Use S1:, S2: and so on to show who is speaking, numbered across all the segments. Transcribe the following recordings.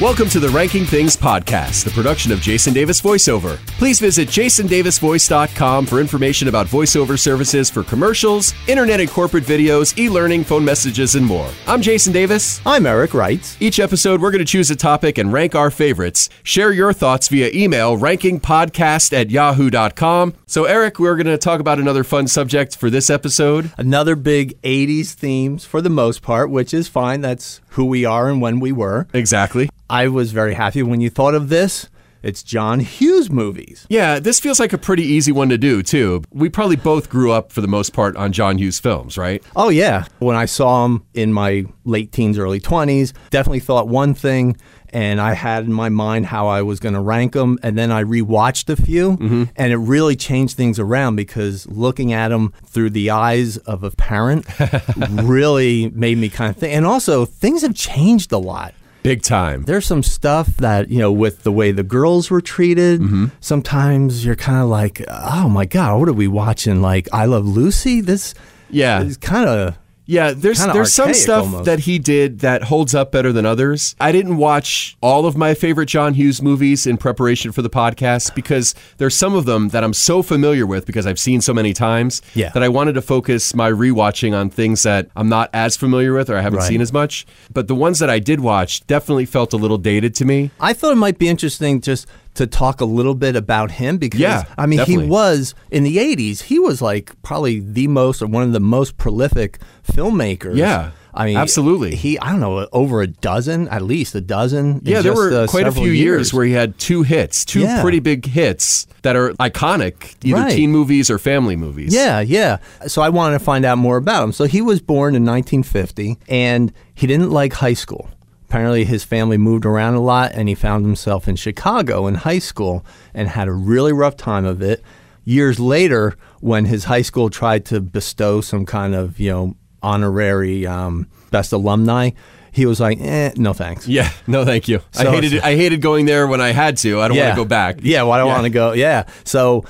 S1: Welcome to the Ranking Things podcast, the production of Jason Davis VoiceOver. Please visit jasondavisvoice.com for information about voiceover services for commercials, internet and corporate videos, e-learning, phone messages, and more. I'm Jason Davis.
S2: I'm Eric Wright.
S1: Each episode, we're going to choose a topic and rank our favorites. Share your thoughts via email, rankingpodcast at yahoo.com. So, Eric, we're going to talk about another fun subject for this episode.
S2: Another big 80s themes for the most part, which is fine. That's who we are and when we were.
S1: Exactly.
S2: I was very happy when you thought of this. It's John Hughes movies.
S1: Yeah, this feels like a pretty easy one to do, too. We probably both grew up, for the most part, on John Hughes films, right?
S2: Oh, yeah. When I saw him in my late teens, early 20s, definitely thought one thing, and I had in my mind how I was going to rank them. And then I rewatched a few, and it really changed things around because looking at them through the eyes of a parent really made me kind of think. And also, things have changed a lot.
S1: Big time.
S2: there's some stuff that you know with the way the girls were treated
S1: Mm-hmm.
S2: sometimes you're kind of like oh my god what are we watching like i love lucy this
S1: Yeah.
S2: is kind of
S1: Yeah, there's
S2: Kinda
S1: there's some
S2: archaic
S1: stuff
S2: almost.
S1: that he did that holds up better than others. I didn't watch all of my favorite John Hughes movies in preparation for the podcast because there's some of them that I'm so familiar with because I've seen so many times
S2: Yeah.
S1: that I wanted to focus my rewatching on things that I'm not as familiar with or I haven't
S2: Right.
S1: seen as much. But the ones that I did watch definitely felt a little dated to me.
S2: i thought it might be interesting just to talk a little bit about him because
S1: Yeah,
S2: i mean
S1: definitely.
S2: he was in the 80s he was like probably the most or one of the most prolific filmmakers
S1: Yeah,
S2: I mean,
S1: absolutely.
S2: He, I don't know, over a dozen, at least a dozen. in
S1: Yeah, there
S2: just,
S1: were
S2: uh,
S1: quite a
S2: several
S1: few years.
S2: years
S1: where he had two hits, two
S2: Yeah.
S1: pretty big hits that are iconic, either
S2: Right.
S1: teen movies or family movies.
S2: Yeah, yeah. So I wanted to find out more about him. So he was born in 1950 and he didn't like high school. Apparently, his family moved around a lot and he found himself in Chicago in high school and had a really rough time of it. Years later, when his high school tried to bestow some kind of, you know, honorary um, best alumni, he was like, eh, no thanks.
S1: Yeah, no, thank you. I
S2: So-
S1: hated it. I hated going there when I had to. I don't want to go back.
S2: Yeah, well, I don't
S1: Yeah.
S2: want to go. Yeah. So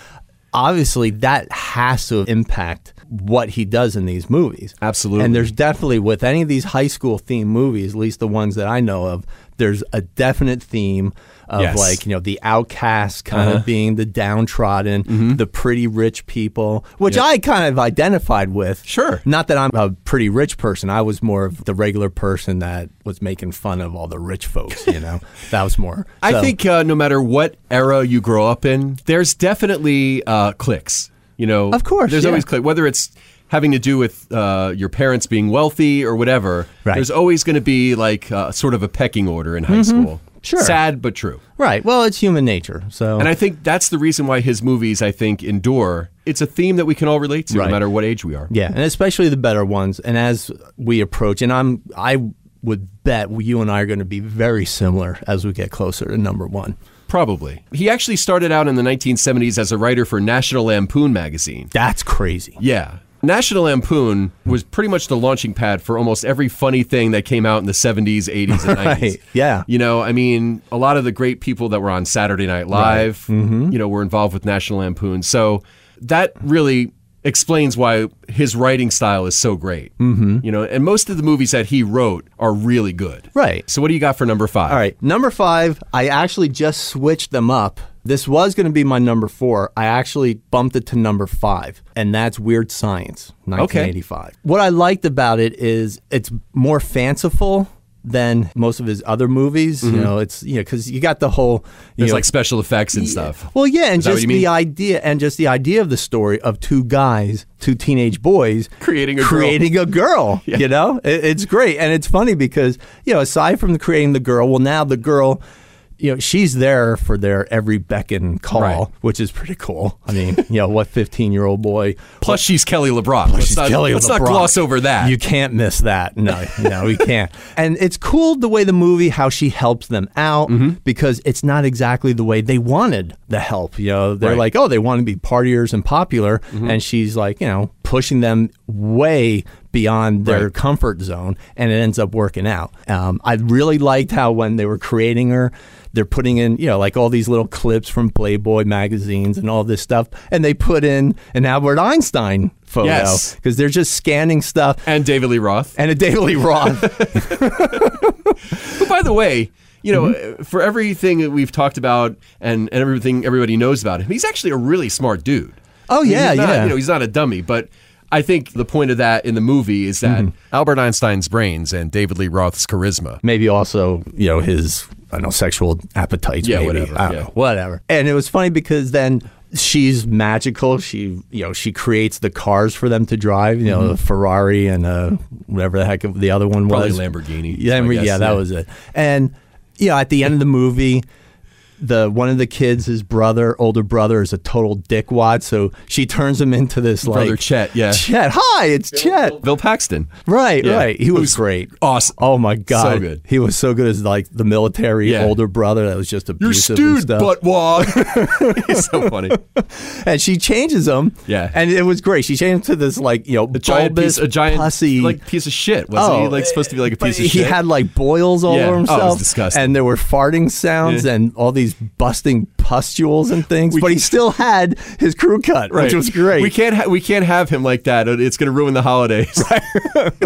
S2: obviously that has to impact what he does in these movies.
S1: Absolutely.
S2: And there's definitely with any of these high school themed movies, at least the ones that I know of, there's a definite theme of
S1: Yes. Uh-huh.
S2: like, you know, the outcast kind of being the downtrodden,
S1: Mm-hmm.
S2: the pretty rich people, which I kind of identified with.
S1: Sure.
S2: Not that I'm a pretty rich person. I was more of the regular person that was making fun of all the rich folks, you know. that was more.
S1: I
S2: So-
S1: think uh, no matter what era you grow up in, there's definitely uh, clicks. You know,
S2: Of course,
S1: there's
S2: yeah.
S1: always click. Whether it's having to do with uh, your parents being wealthy or whatever,
S2: Right.
S1: there's always going to be like uh, sort of a pecking order in high school.
S2: Mm-hmm. Sure.
S1: sad but true.
S2: Right. Well, it's human nature. So
S1: And I think that's the reason why his movies, I think, endure. It's a theme that we can all relate to,
S2: Right.
S1: no matter what age we are.
S2: yeah, and especially the better ones. And as we approach, and I'm I would bet you and I are going to be very similar as we get closer to number one.
S1: Probably. He actually started out in the 1970s as a writer for National Lampoon magazine.
S2: That's crazy.
S1: Yeah. National Lampoon was pretty much the launching pad for almost every funny thing that came out in the 70s, 80s, and 90s.
S2: Right, yeah.
S1: You know, I mean, a lot of the great people that were on Saturday Night Live,
S2: Mm-hmm.
S1: you know, were involved with National Lampoon. So that really explains why his writing style is so great. Mm-hmm. You know, and most of the movies that he wrote are really good.
S2: Right.
S1: So what do you got for number five?
S2: All right, number five. I actually just switched them up. This was going to be my number four. I actually bumped it to number five, and that's Weird Science, 1985. What I liked about it is it's more fanciful than most of his other movies. You know, it's you know because you got the whole you
S1: Mm-hmm. There's
S2: know,
S1: like special effects and stuff.
S2: Well, yeah, and
S1: Is that what
S2: just
S1: you mean?
S2: the idea, and just the idea of the story of two guys, two teenage boys,
S1: Creating a girl.
S2: creating a girl. You know, it, it's great, and it's funny because you know, aside from the creating the girl, well, now the girl, you know, she's there for their every beck and call,
S1: Right.
S2: which is pretty cool. I mean, you know, what fifteen-year-old boy
S1: Plus, she's Kelly LeBrock. let's
S2: she's
S1: not,
S2: Kelly
S1: let's
S2: LeBrock.
S1: not gloss over that.
S2: You can't miss that. No, no, we can't. And it's cool the way the movie how she helps them out
S1: Mm-hmm.
S2: because it's not exactly the way they wanted the help. You know, they're
S1: Right. Mm-hmm.
S2: like, oh, they want to be partiers and popular, and she's like, you know, pushing them way beyond their
S1: Right.
S2: comfort zone, and it ends up working out. Um, I really liked how when they were creating her. They're putting in, you know, like all these little clips from Playboy magazines and all this stuff, and they put in an Albert Einstein photo
S1: Yes.
S2: because they're just scanning stuff
S1: and David Lee Roth.
S2: and a daily Roth.
S1: Who, by the way, you know,
S2: Mm-hmm.
S1: uh, for everything that we've talked about and, and everything everybody knows about him, he's actually a really smart dude.
S2: Oh,
S1: I mean,
S2: yeah,
S1: he's not,
S2: yeah.
S1: You know, he's not a dummy, but I think the point of that in the movie is that
S2: Mm-hmm.
S3: Albert Einstein's brains and David Lee Roth's charisma.
S2: maybe also you know his I don't know sexual appetites.
S1: Yeah,
S2: maybe.
S1: whatever,
S2: I don't
S1: yeah.
S2: know, whatever. And it was funny because then she's magical. She you know she creates the cars for them to drive. You know the Ferrari and uh, whatever the heck the other one
S1: Mm-hmm. Probably
S2: was
S1: Lamborghini,
S2: Yeah,
S1: I
S2: Lamborghini,
S1: guess,
S2: yeah, that
S1: yeah.
S2: was it. And you know at the end of the movie. The one of the kids, his brother, older brother, is a total dickwad. So she turns him into this like
S1: Brother Chet, yeah.
S2: Chet. Hi, it's Chet.
S1: Bill Paxton.
S2: Right,
S1: Yeah.
S2: right. He was,
S1: Who's
S2: great.
S1: awesome.
S2: Oh my god.
S1: good.
S2: He was so good as like the military
S1: Yeah.
S2: older brother that was just
S1: You're
S2: abusive and
S1: stewed,
S2: stuff.
S1: buttwad. He's so funny.
S2: and she changes him.
S1: Yeah.
S2: And it was great. She changed him to this like, you know,
S1: A giant
S2: bulbous,
S1: piece, a giant
S2: pussy Oh.
S1: like piece of shit. Wasn't he like supposed to be like a
S2: but
S1: piece of
S2: he
S1: shit?
S2: had like boils all
S1: Yeah. Oh,
S2: over
S1: it was
S2: himself.
S1: disgusting.
S2: And there were farting sounds
S1: Yeah.
S2: and all these busting pustules and things. but he still had his crew cut, which was great.
S1: We can't ha- we can't have him like that. It- It's going to ruin the holidays.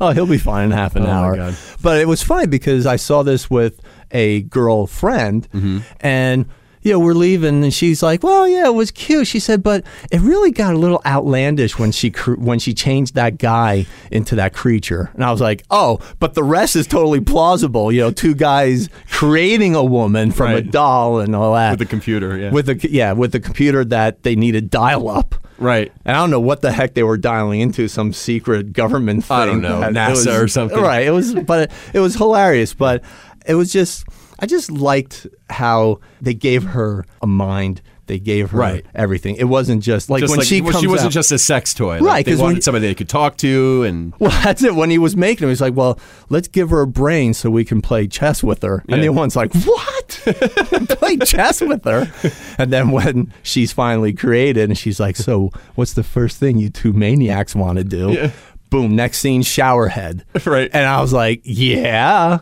S2: Oh, he'll be fine in half an
S1: my
S2: hour.
S1: God.
S2: But it was funny because I saw this with a girlfriend,
S1: Mm-hmm.
S2: and you know we're leaving, and she's like, "Well, yeah, it was cute." She said, "But it really got a little outlandish when she cr- when she changed that guy into that creature." And I was like, "Oh, but the rest is totally plausible." You know, two guys creating a woman from a
S1: Right.
S2: doll and all that
S1: With the computer, yeah.
S2: with the yeah with the computer that they needed dial up.
S1: Right.
S2: And I don't know what the heck they were dialing into some secret government thing.
S1: I don't know,
S2: that- it
S1: NASA
S2: was-
S1: or something.
S2: Right. It was, but it, it was hilarious. But it was just, I just liked how they gave her a mind. They gave her
S1: Right.
S2: everything. It wasn't just like
S1: Just
S2: when
S1: like,
S2: she
S1: well,
S2: comes
S1: she wasn't
S2: out-
S1: just a sex toy. Like,
S2: Right,
S1: They
S2: 'cause when
S1: wanted
S2: you-
S1: somebody they could talk to and
S2: Well, that's it. When he was making them, he's like, "Well, let's give her a brain so we can play chess with her." And
S1: Yeah.
S2: the one's like, "What? play chess with her?" And then when she's finally created, and she's like, "So, what's the first thing you two maniacs want to do?"
S1: Yeah.
S2: Boom. Next scene, showerhead.
S1: Right.
S2: And I was like, "Yeah."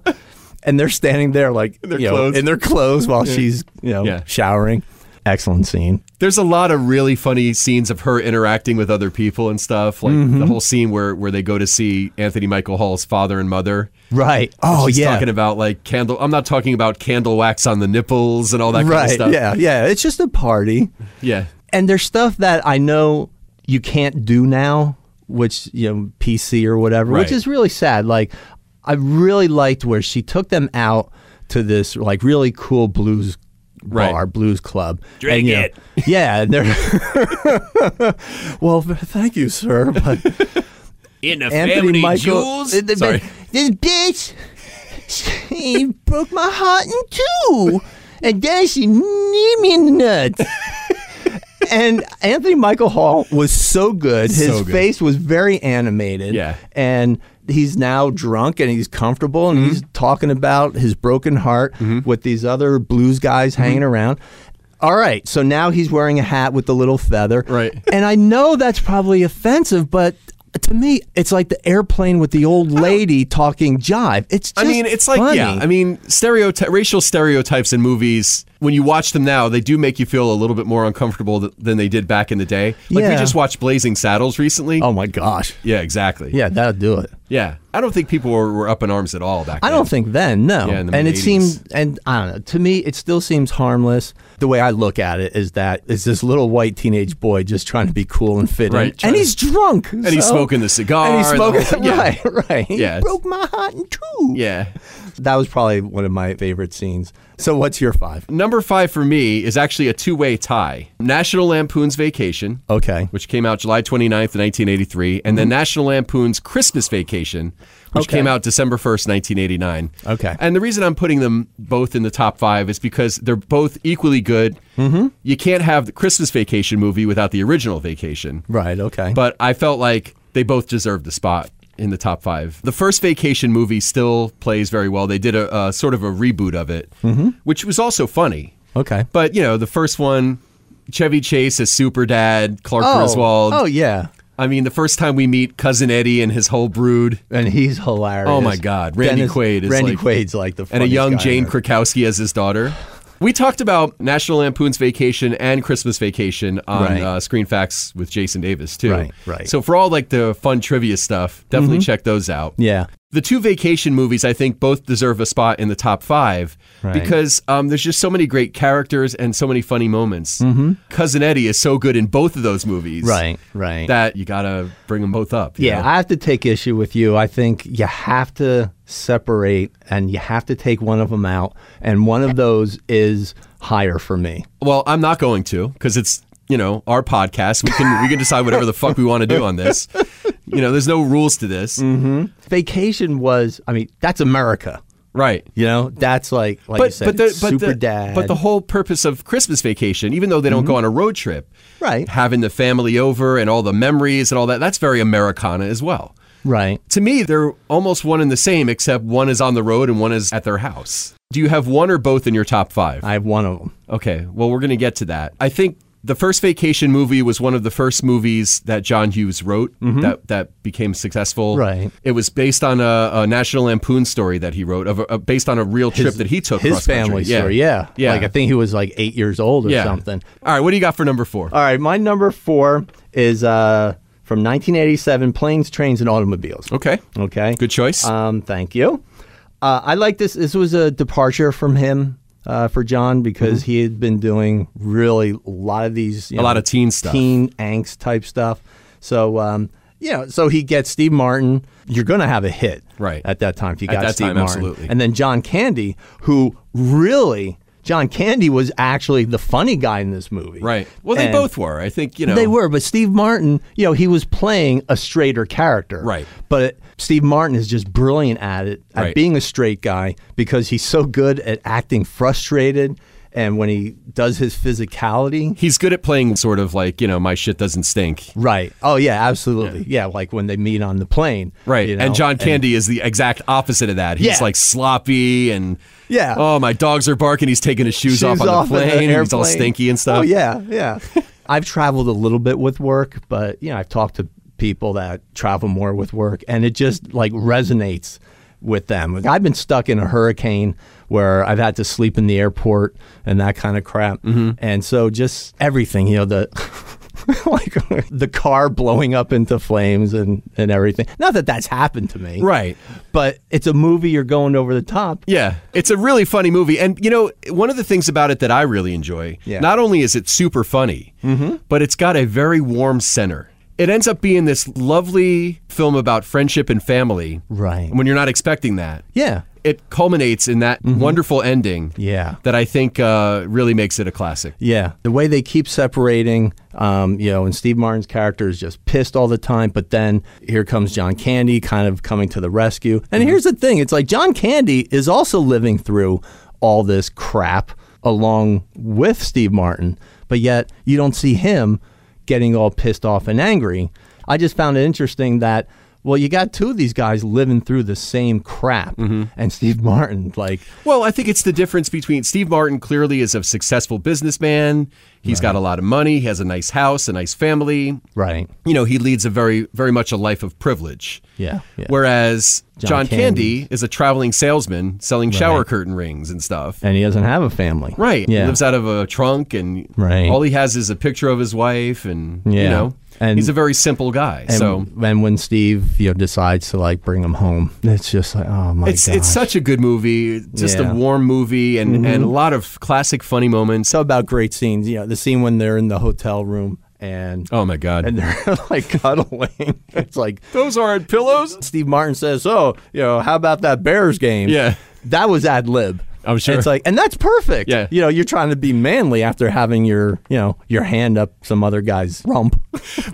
S2: And they're standing there like
S1: their
S2: you know,
S1: clothes.
S2: in their clothes while she's you know
S1: Yeah.
S2: showering. Excellent scene.
S1: there's a lot of really funny scenes of her interacting with other people and stuff. Like the
S2: Mm-hmm.
S1: whole scene where where they go to see Anthony Michael Hall's father and mother.
S2: Right. Oh
S1: She's
S2: yeah.
S1: talking about like candle. I'm not talking about candle wax on the nipples and all that kind of
S2: right.
S1: stuff.
S2: Yeah. Yeah. It's just a party.
S1: yeah.
S2: and there's stuff that I know you can't do now, which you know PC or whatever, which
S1: Right.
S2: is really sad. Like I really liked where she took them out to this like really cool blues
S1: Right.
S2: bar, blues club.
S3: Drink
S2: you know,
S3: it.
S2: yeah, and they're well, thank you, sir, but
S3: In the
S2: Anthony Michael,
S3: Jules.
S2: it- the-
S1: Sorry.
S2: this bitch, she broke my heart in two, and then she kneed me in the nuts. and Anthony Michael Hall was so good. His
S1: So good.
S2: face was very animated.
S1: Yeah.
S2: and. He's now drunk and he's comfortable and
S1: Mm-hmm.
S2: he's talking about his broken heart with these other blues guys
S1: Mm-hmm.
S2: hanging around. All right, so now he's wearing a hat with the little feather.
S1: Right.
S2: And I know that's probably offensive, but to me, it's like the airplane with the old lady talking jive. It's
S1: I
S2: just
S1: mean, it's like yeah.
S2: funny.
S1: I mean, stereoty- racial stereotypes in movies. When you watch them now, they do make you feel a little bit more uncomfortable th- than they did back in the day. Like we
S2: Yeah.
S1: just watched Blazing Saddles recently.
S2: oh my gosh.
S1: yeah, exactly.
S2: Yeah, that'll do it.
S1: yeah. I don't think people were, were up in arms at all back.
S2: I
S1: then.
S2: don't think then, no.
S1: Yeah, in the
S2: and it
S1: mid-eighties.
S2: seemed, and I don't know, to me, it still seems harmless. The way I look at it is that it's this little white teenage boy just trying to be cool and fit in.
S1: Right, trying
S2: And
S1: to-
S2: he's drunk.
S1: And he's smoking the cigar.
S2: And he's
S1: the whole
S2: smoking.
S1: thing. Yeah.
S2: Right, right. He
S1: Yeah, it's-
S2: broke my heart in two.
S1: Yeah.
S2: That was probably one of my favorite scenes. So, what's your five?
S1: Number five for me is actually a two way tie National Lampoon's Vacation,
S2: Okay.
S1: which came out July 29th, 1983, and then National Lampoon's Christmas Vacation, which
S2: Mm-hmm. Okay.
S1: came out December 1st, 1989.
S2: Okay.
S1: And the reason I'm putting them both in the top five is because they're both equally good. Mm-hmm. You can't have the Christmas Vacation movie without the original Vacation.
S2: Right, okay.
S1: but I felt like they both deserved the spot in the top five. The first Vacation movie still plays very well. They did a, a sort of a reboot of it, which was also funny.
S2: Mm-hmm. okay.
S1: But you know, the first one, Chevy Chase as Super Dad, Clark
S2: Oh,
S1: Griswold.
S2: Oh yeah,
S1: I mean, the first time we meet cousin Eddie and his whole brood,
S2: and he's hilarious.
S1: Oh, my God. Randy Quaid is
S2: Randy
S1: like-
S2: Quaid's like the
S1: and a
S2: funniest guy
S1: young
S2: I've
S1: Jane
S2: ever-
S1: Krakowski as his daughter. We talked about National Lampoon's Vacation and Christmas Vacation on
S2: Right.
S1: uh, Screen Facts with Jason Davis too.
S2: Right, right. Mm-hmm.
S1: So for all like the fun trivia stuff, definitely check those out.
S2: Yeah,
S1: the two vacation movies, I think, both deserve a spot in the top five
S2: Right.
S1: because um, there's just so many great characters and so many funny moments. Cousin Eddie is so good in both of those movies,
S2: Mm-hmm. Right, right.
S1: That you gotta bring them both up. you
S2: Yeah,
S1: know?
S2: I have to take issue with you. I think you have to separate and you have to take one of them out. And one of those is higher for me.
S1: well, I'm not going to because it's you know our podcast. We can we can decide whatever the fuck we want to do on this. You know, there's no rules to this,
S2: Mm-hmm. Vacation was, I mean, that's America.
S1: right?
S2: You know, that's like, like you said, super
S1: the,
S2: dad. Mm-hmm.
S1: But the whole purpose of Christmas vacation, even though they don't go on a road trip,
S2: Right.
S1: Having the family over and all the memories and all that—that's very Americana as well.
S2: right.
S1: To me, they're almost one and the same, except one is on the road and one is at their house. Do you have one or both in your top five?
S2: I have one of them.
S1: Okay, well, we're going to get to that. I think the first vacation movie was one of the first movies that John Hughes wrote that, that became successful.
S2: Mm-hmm. Right.
S1: It was based on a, a National Lampoon story that he wrote, of a, a- based on a real trip that he took.
S2: His
S1: cross-country.
S2: family story, yeah.
S1: Yeah.
S2: Like, I think he was like eight years old or
S1: yeah.
S2: something.
S1: All right, what do you got for number four?
S2: All right, my number four is uh, from 1987 Planes, Trains, and Automobiles.
S1: okay.
S2: Okay.
S1: Good choice.
S2: Um, thank you. Uh, I like this. This was a departure from him uh, for John because he had been doing really a lot of these, you
S1: Mm-hmm. A lot of teen stuff.
S2: teen angst type stuff. So um, you know, so he gets Steve Martin. You're going to have a hit,
S1: Right.
S2: At that time, if you
S1: At
S2: got
S1: that
S2: Steve
S1: time,
S2: Martin,
S1: absolutely.
S2: and then John Candy, who really. John Candy was actually the funny guy in this movie.
S1: right. Well, they
S2: And-
S1: both were. I think, you know.
S2: they were, but Steve Martin, you know, he was playing a straighter character.
S1: Right.
S2: But Steve Martin is just brilliant at it, at
S1: Right.
S2: being a straight guy, because he's so good at acting frustrated. And when he does his physicality,
S1: He's good at playing sort of like, you know, my shit doesn't stink.
S2: right. Oh, yeah, absolutely. Yeah, like when they meet on the plane.
S1: Right.
S2: you know,
S1: and John Candy is the exact opposite of that. He's
S2: Yeah.
S1: like sloppy and
S2: Yeah.
S1: Oh, my dogs are barking. He's taking his shoes, off on the
S2: in an
S1: plane. and he's all
S2: airplane.
S1: stinky and stuff.
S2: Oh yeah, yeah. I've traveled a little bit with work, but you know, I've talked to people that travel more with work, and it just like resonates with them. Like, I've been stuck in a hurricane where I've had to sleep in the airport and that kind of crap,
S1: Mm-hmm.
S2: and so just everything, you know, the. like the car blowing up into flames and, and everything. Not that that's happened to me.
S1: Right.
S2: But it's a movie you're going over the top.
S1: Yeah. It's a really funny movie. And, you know, one of the things about it that I really enjoy,
S2: Yeah. Mm-hmm.
S1: not only is it super funny, but it's got a very warm center. It ends up being this lovely film about friendship and family.
S2: Right.
S1: When you're not expecting that.
S2: Yeah.
S1: It culminates in that wonderful ending.
S2: Yeah.
S1: That I think uh, really makes it a classic.
S2: Yeah, the way they keep separating, um, you know, and Steve Martin's character is just pissed all the time, but then here comes John Candy kind of coming to the rescue. And
S1: Mm-hmm.
S2: here's the thing it's like John Candy is also living through all this crap along with Steve Martin, but yet you don't see him getting all pissed off and angry. I just found it interesting that. Well, you got two of these guys living through the same crap,
S1: Mm-hmm.
S2: and Steve Martin, like,
S1: Well, I think it's the difference between Steve Martin clearly is a successful businessman. He's got a lot of money. He has a nice house, a nice family.
S2: right,
S1: You know, he leads a very, very much a life of privilege.
S2: Yeah, yeah.
S1: Whereas John,
S2: John
S1: Candy. is a traveling salesman selling shower curtain rings and stuff.
S2: and he doesn't have a family,
S1: Right.
S2: Yeah,
S1: He lives out of a trunk and
S2: Right.
S1: all he has is a picture of his wife and, you
S2: Yeah.
S1: know,
S2: And-
S1: he's a very simple guy.
S2: And,
S1: so
S2: and when Steve you know decides to like bring him home, it's just like oh my
S1: it's
S2: god.
S1: it's such a good movie, just
S2: Yeah. Mm-hmm.
S1: a warm movie and, and a lot of classic funny moments.
S2: so about great scenes. You know the scene when they're in the hotel room and
S1: Oh my God.
S2: and they're like cuddling. It's like
S1: those aren't pillows.
S2: Steve Martin says, "Oh, you know how about that Bears game?"
S1: Yeah.
S2: that was ad lib.
S1: I'm sure.
S2: It's like, and that's perfect.
S1: Yeah.
S2: you know, you're trying to be manly after having your, you know, your hand up some other guy's rump.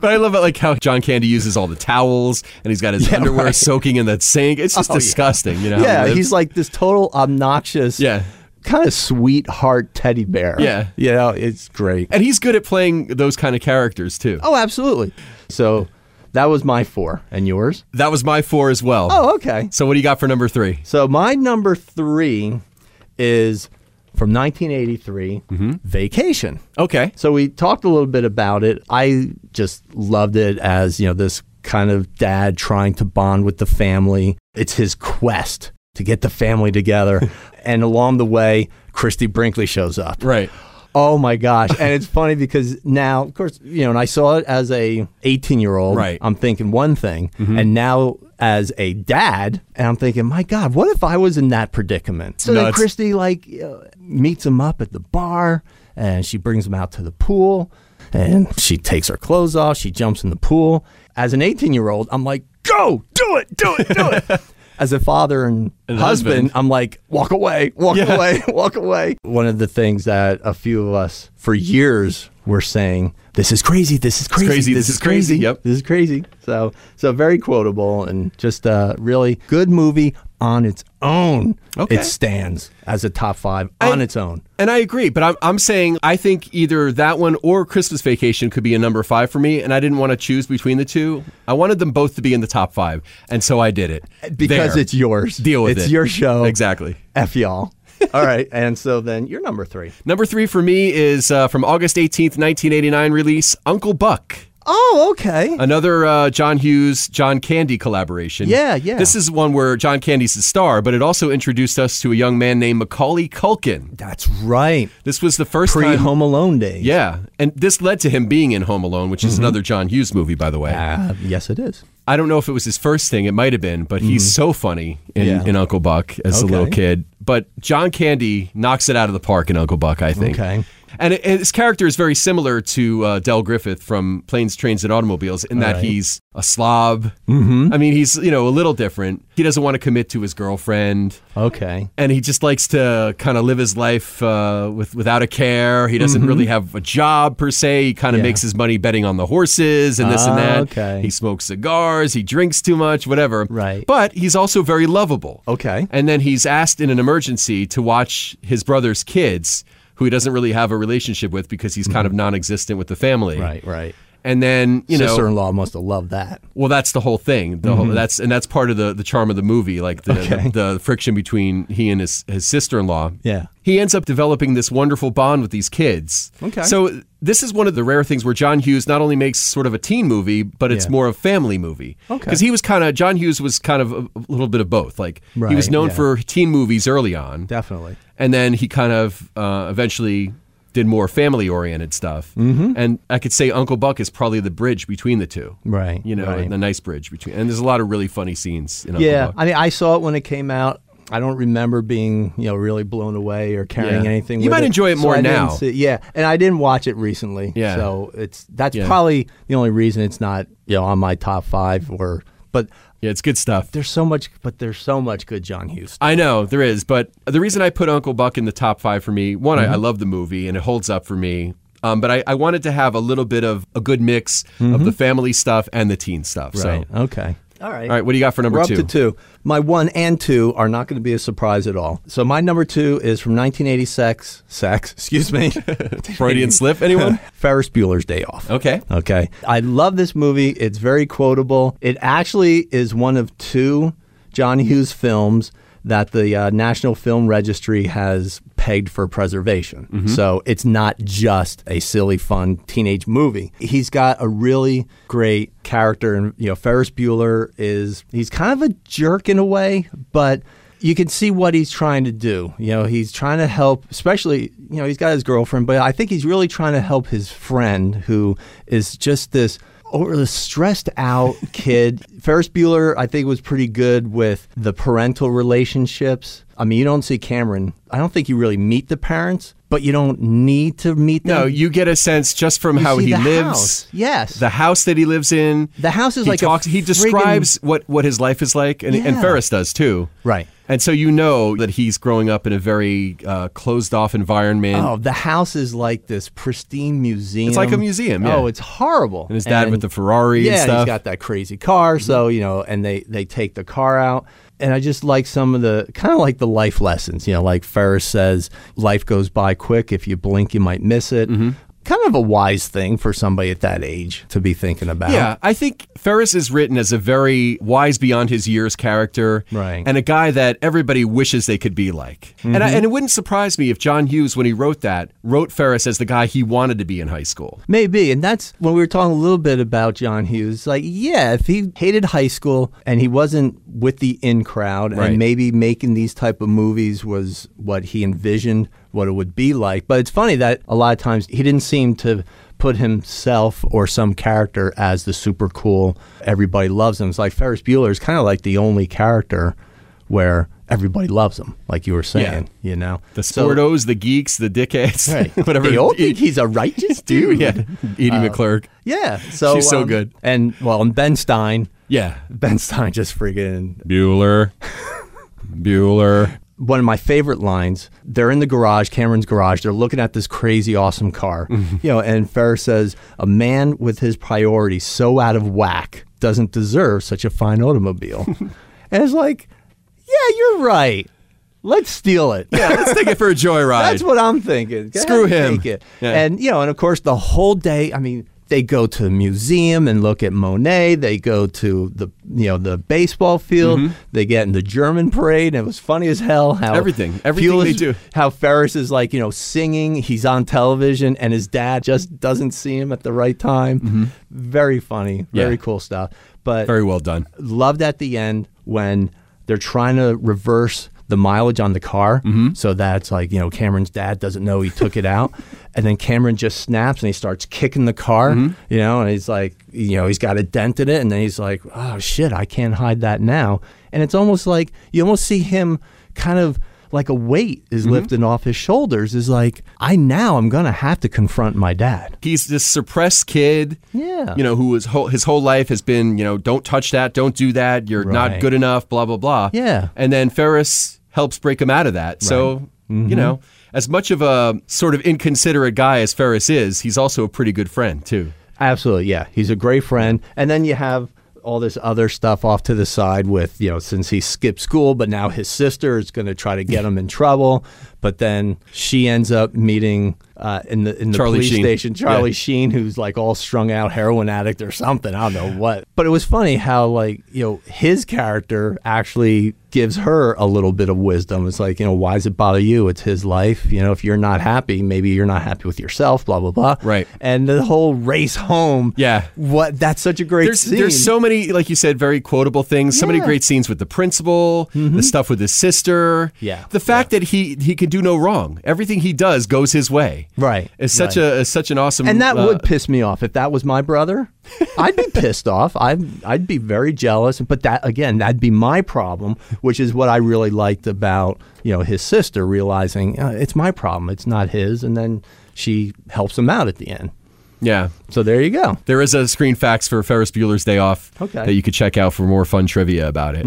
S1: But I love it, like how John Candy uses all the towels, and he's got his underwear
S2: right.
S1: soaking in that sink. It's just
S2: Oh, yeah.
S1: disgusting, you know. how
S2: yeah,
S1: he lives.
S2: he's like this total obnoxious,
S1: Yeah.
S2: kind of sweetheart teddy bear.
S1: Yeah.
S2: you know, it's great.
S1: and he's good at playing those kind of characters too.
S2: Oh, absolutely. So that was my four. And yours?
S1: That was my four as well.
S2: Oh, okay.
S1: So what do you got for number three?
S2: So my number three is from 1983 Vacation.
S1: Okay.
S2: So we talked a little bit about it. I just loved it as, you know, this kind of dad trying to bond with the family. It's his quest to get the family together. and along the way, Christy Brinkley shows up.
S1: Right.
S2: Oh my gosh. And it's funny because now, of course, you know, and I saw it as a 18 year old.
S1: Right. Mm-hmm.
S2: I'm thinking one thing. And now as a dad, and I'm thinking, my God, what if I was in that predicament? So then
S1: nuts.
S2: Christy like uh, meets him up at the bar and she brings him out to the pool and she takes her clothes off. She jumps in the pool. As an 18 year old, I'm like, go, do it, do it, do it. As a father and, husband,
S1: husband.
S2: I'm like, walk away, walk away, walk away. One of the things that a few of us for years were saying, this is crazy, this is crazy,
S1: crazy,
S2: this, is crazy,
S1: yep.
S2: this is crazy. So, so very quotable and just a really good movie on its own.
S1: Okay.
S2: It stands as a top five on its own.
S1: And I agree, but I'm, I'm saying I think either that one or Christmas Vacation could be a number five for me, and I didn't want to choose between the two. I wanted them both to be in the top five, and so I did it.
S2: Because
S1: There.
S2: it's yours.
S1: Deal with
S2: it's
S1: it.
S2: your show.
S1: Exactly.
S2: F y'all. All right. And so then you're number three.
S1: Number three for me is uh, from August 18th, 1989 release, Uncle Buck.
S2: Oh, okay.
S1: Another uh, John Hughes, John Candy collaboration.
S2: Yeah, yeah.
S1: This is one where John Candy's the star, but it also introduced us to a young man named Macaulay Culkin.
S2: That's right.
S1: This was the first
S2: Pre
S1: time.
S2: Home Alone days.
S1: Yeah, and this led to him being in Home Alone, which
S2: Mm-hmm.
S1: is another John Hughes movie, by the way.
S2: Uh, yes, it is.
S1: I don't know if it was his first thing; it might have been, but he's so funny in,
S2: Mm-hmm. Yeah.
S1: in Uncle Buck as a
S2: Okay.
S1: little kid. But John Candy knocks it out of the park in Uncle Buck, I think.
S2: Okay.
S1: And, it, and his character is very similar to uh, Del Griffith from Planes, Trains, and Automobiles in that he's a slob. Mm-hmm. I mean, he's you know a little different. He doesn't want to commit to his girlfriend
S2: Okay.
S1: and he just likes to kind of live his life uh, with without a care. He doesn't really have a job per se. He kind of
S2: Mm-hmm. Yeah.
S1: makes his money betting on the horses and this
S2: Ah,
S1: and that.
S2: okay.
S1: He smokes cigars. He drinks too much. Whatever.
S2: Right.
S1: But he's also very lovable.
S2: Okay.
S1: And then he's asked in an emergency to watch his brother's kids, who he doesn't really have a relationship with because he's kind of non-existent with the family.
S2: Mm-hmm. Right, right.
S1: And then you know,
S2: Sister in law must have loved that.
S1: well, that's the whole thing. The whole, that's and that's part of the, the charm of the movie, like the,
S2: Mm-hmm. Okay.
S1: the, the friction between he and his, his sister in law.
S2: Yeah.
S1: he ends up developing this wonderful bond with these kids.
S2: Okay.
S1: so this is one of the rare things where John Hughes not only makes sort of a teen movie, but it's
S2: Yeah.
S1: more of a family movie.
S2: Okay.
S1: because he was kind of John Hughes was kind of a, a little bit of both. Like he was
S2: Right,
S1: known
S2: yeah.
S1: for teen movies early on,
S2: Definitely.
S1: and then he kind of uh, eventually did more family oriented stuff. Mm-hmm. And I could say Uncle Buck is probably the bridge between the two
S2: Right.
S1: you know,
S2: right.
S1: the nice bridge between. And there's a lot of really funny scenes in Uncle
S2: yeah.
S1: Buck.
S2: I mean, I saw it when it came out. I don't remember being, you know, really blown away or carrying
S1: Yeah.
S2: anything.
S1: You
S2: with
S1: might
S2: it.
S1: enjoy it
S2: So
S1: more
S2: I didn't
S1: now.
S2: see- yeah, and I didn't watch it recently.
S1: Yeah.
S2: so it's that's
S1: Yeah.
S2: probably the only reason it's not, you know, on my top five. Or but
S1: yeah, it's good stuff.
S2: there's so much, but there's so much good John Hughes.
S1: I know there is, but the reason I put Uncle Buck in the top five for me, one,
S2: Mm-hmm.
S1: I, I love the movie and it holds up for me. Um, but I, I wanted to have a little bit of a good mix
S2: Mm-hmm.
S1: of the family stuff and the teen stuff. So,
S2: Okay. All right.
S1: all right, what do you got for number
S2: We're up
S1: two?
S2: to two. My one and two are not going to be a surprise at all. So my number two is from 1986. Sex, excuse me.
S1: Freudian slip, anyone?
S2: Ferris Bueller's Day Off.
S1: Okay.
S2: Okay. I love this movie. It's very quotable. It actually is one of two John Hughes films that the uh, National Film Registry has pegged for preservation. So it's not just a silly, fun teenage movie. He's got a really great character, and you know Ferris Bueller is he's kind of a jerk in a way, but you can see what he's trying to do. You know, he's trying to help, especially, you know, he's got his girlfriend, but I think he's really trying to help his friend who is just this over the stressed out kid. Ferris Bueller, I think, was pretty good with the parental relationships. I mean, you don't see Cameron. I don't think you really meet the parents, but you don't need to meet them.
S1: No, you get a sense just from
S2: You
S1: how
S2: see
S1: he
S2: the
S1: lives,
S2: house. Yes.
S1: the house that he lives in.
S2: The house is
S1: he
S2: like a
S1: talks, he
S2: friggin-
S1: describes what what his life is like, and, and
S2: Yeah.
S1: Ferris does too,
S2: Right.
S1: And so you know that he's growing up in a very uh, closed off environment.
S2: Oh, the house is like this pristine museum.
S1: It's like a museum, yeah.
S2: Oh, it's horrible.
S1: And his dad with the Ferrari
S2: yeah,
S1: and stuff. Mm-hmm.
S2: he's got that crazy car. So you know, and they they take the car out. And I just like some of the kind of like the life lessons. You know, like Ferris says, life goes by quick. If you blink, you might miss it.
S1: Mm-hmm.
S2: Kind of a wise thing for somebody at that age to be thinking about.
S1: Yeah, I think Ferris is written as a very wise beyond his years character,
S2: Right. Mm-hmm.
S1: And a guy that everybody wishes they could be like. And I, and it wouldn't surprise me if John Hughes, when he wrote that, wrote Ferris as the guy he wanted to be in high school.
S2: Maybe. And that's when we were talking a little bit about John Hughes. Like, yeah, if he hated high school and he wasn't with the in crowd
S1: Right.
S2: and maybe making these type of movies was what he envisioned what it would be like. But it's funny that a lot of times he didn't seem to put himself or some character as the super cool, everybody loves him. It's like Ferris Bueller is kind of like the only character where everybody loves him, like you were saying, you know?
S1: The sportos, the geeks, the dickheads,
S2: Right.
S1: whatever.
S2: They all think
S1: E-
S2: he's a righteous dude. Uh,
S1: dude, yeah. Edie McClurg.
S2: Yeah. So um,
S1: She's so good.
S2: And well, and Ben Stein.
S1: Yeah.
S2: Ben Stein just freaking
S1: Bueller. Bueller.
S2: one of my favorite lines. They're in the garage, Cameron's garage. They're looking at this crazy awesome car.
S1: Mm-hmm.
S2: You know, and Ferris says, "A man with his priorities so out of whack doesn't deserve such a fine automobile." and it's like, "Yeah, you're right. Let's steal it."
S1: Yeah, let's take it for a joyride.
S2: That's what I'm thinking. Go
S1: Screw
S2: ahead and
S1: him.
S2: take it.
S1: Yeah.
S2: And you know, and of course, the whole day. I mean, they go to the museum and look at Monet. They go to the you know the baseball field.
S1: Mm-hmm.
S2: They get in the German parade. And it was funny as hell how
S1: Everything. Everything
S2: Fuel
S1: they
S2: is-
S1: do.
S2: How Ferris is like you know singing. He's on television, and his dad just doesn't see him at the right time. Very funny.
S1: Mm-hmm.
S2: Very
S1: Yeah.
S2: cool stuff. But
S1: Very well done.
S2: loved at the end when they're trying to reverse the mileage on the car so that's like you know cameron's dad doesn't know he took it out and then cameron just snaps and he starts kicking the car you know and he's like you know he's got a dent in it and then he's like oh shit i can't hide that now and it's almost like you almost see him kind of like a weight is lifting off his shoulders is like i now i'm gonna have to confront my dad
S1: He's this suppressed kid.
S2: Yeah.
S1: You know, who was whole, his whole life has been, you know, don't touch that, don't do that, you're
S2: Right.
S1: not good enough, blah blah blah.
S2: Yeah.
S1: And then Ferris helps break him out of that. So,
S2: Mm-hmm.
S1: you know, as much of a sort of inconsiderate guy as Ferris is, he's also a pretty good friend too.
S2: Absolutely, yeah. He's a great friend. And then you have all this other stuff off to the side with, you know, since he skipped school, but now his sister is going to try to get him in trouble. But then she ends up meeting uh, in the in the
S1: Charlie
S2: police
S1: Sheen.
S2: station Charlie
S1: Yeah.
S2: Sheen, who's like all strung out heroin addict or something. I don't know what. But it was funny how like you know his character actually gives her a little bit of wisdom. It's like you know why does it bother you? It's his life. You know if you're not happy, maybe you're not happy with yourself. Blah blah blah
S1: Right.
S2: and the whole race home.
S1: Yeah.
S2: what? That's such a great
S1: There's
S2: scene.
S1: there's so many like you said very quotable things. So many
S2: Yeah. Mm-hmm.
S1: great scenes with the principal, the stuff with his sister.
S2: Yeah.
S1: The fact that he he can do no wrong. Everything he does goes his way.
S2: Right.
S1: It's such a is such an awesome
S2: and that
S1: uh,
S2: would piss me off if that was my brother. I'd be pissed off. I'd I'd be very jealous. But that again, that'd be my problem, which is what I really liked about you know his sister realizing uh, it's my problem, it's not his, and then she helps him out at the end.
S1: Yeah.
S2: So there you go.
S1: There is a screen fax for Ferris Bueller's Day Off
S2: Okay. Mm.
S1: that you could check out for more fun trivia about it.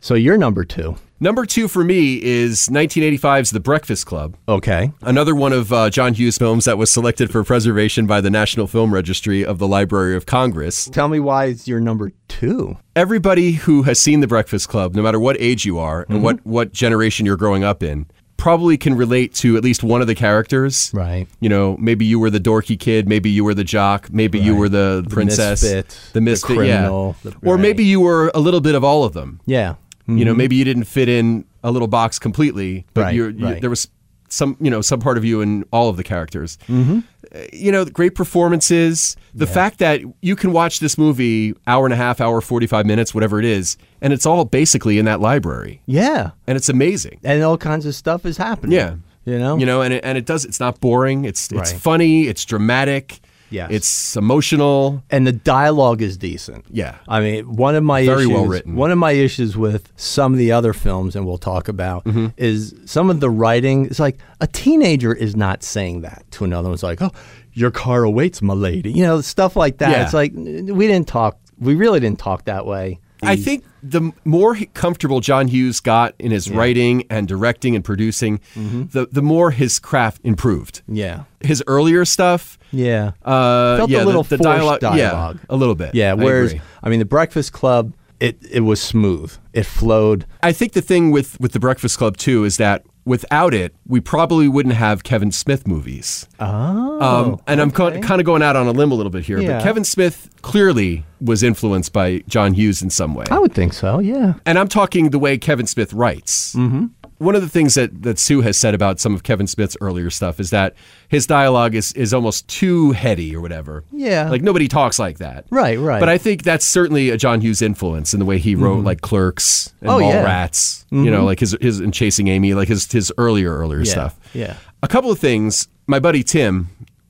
S2: So you're number two.
S1: Number two for me is 1985's The Breakfast Club,
S2: Okay.
S1: another one of uh, John Hughes' films that was selected for preservation by the National Film Registry of the Library of Congress.
S2: Tell me why it's your number two.
S1: Everybody who has seen The Breakfast Club, no matter what age you are and
S2: Mm-hmm.
S1: what, what generation you're growing up in, probably can relate to at least one of the characters.
S2: Right.
S1: You know, maybe you were the dorky kid, maybe you were the jock, maybe you were the princess,
S2: misfit, the
S1: the misfit,
S2: criminal,
S1: yeah.
S2: the-
S1: Or
S2: right.
S1: maybe you were a little bit of all of them.
S2: Yeah.
S1: You know, maybe you didn't fit in a little box completely, but
S2: Mm-hmm. Right,
S1: you're, you,
S2: right.
S1: there was some, you know, some part of you in all of the characters. Mm-hmm. You know, great performances. The fact that you can watch this movie hour and a half, hour forty five minutes, whatever it is, and it's all basically in that library,
S2: Yeah.
S1: and it's amazing.
S2: and all kinds of stuff is happening.
S1: Yeah.
S2: you know,
S1: You know, and it, and it does. It's not boring. It's it's
S2: Right.
S1: funny. It's dramatic.
S2: Yes.
S1: It's emotional.
S2: and the dialogue is decent.
S1: Yeah.
S2: I mean, one of my
S1: Very
S2: issues,
S1: well written.
S2: One of my issues with some of the other films, and we'll talk about,
S1: Mm-hmm.
S2: is some of the writing. It's like a teenager is not saying that to another. It's like, oh, your car awaits, my lady. You know, stuff like that.
S1: Yeah.
S2: It's like n- we didn't talk. We really didn't talk that way.
S1: I think the more he- comfortable John Hughes got in his writing and directing and producing,
S2: Mm-hmm.
S1: the the more his craft improved.
S2: Yeah,
S1: His earlier stuff,
S2: yeah.
S1: uh,
S2: Felt a
S1: yeah, the-
S2: little
S1: the,
S2: forced
S1: dialogue,
S2: dialogue.
S1: yeah, a little bit.
S2: yeah,
S1: I
S2: whereas I,
S1: agree.
S2: mean, the Breakfast Club, it it was smooth. It flowed.
S1: I think the thing with with the Breakfast Club too is that without it, we probably wouldn't have Kevin Smith movies.
S2: Oh,
S1: Um, and I'm kind of going out on a limb a little bit here,
S2: Yeah.
S1: but Kevin Smith clearly was influenced by John Hughes in some way.
S2: I would think so. Yeah.
S1: and I'm talking the way Kevin Smith writes. Mm-hmm. One of the things that, that Sue has said about some of Kevin Smith's earlier stuff is that his dialogue is, is almost too heady or whatever.
S2: Yeah.
S1: Like nobody talks like that.
S2: Right, right. Mm-hmm.
S1: But I think that's certainly a John Hughes influence in the way he wrote like Clerks and
S2: Oh, yeah. Mm-hmm.
S1: Mallrats, you know, like his, his and Chasing Amy, like his, his earlier, earlier
S2: Yeah,
S1: stuff.
S2: yeah.
S1: A couple of things. My buddy Tim,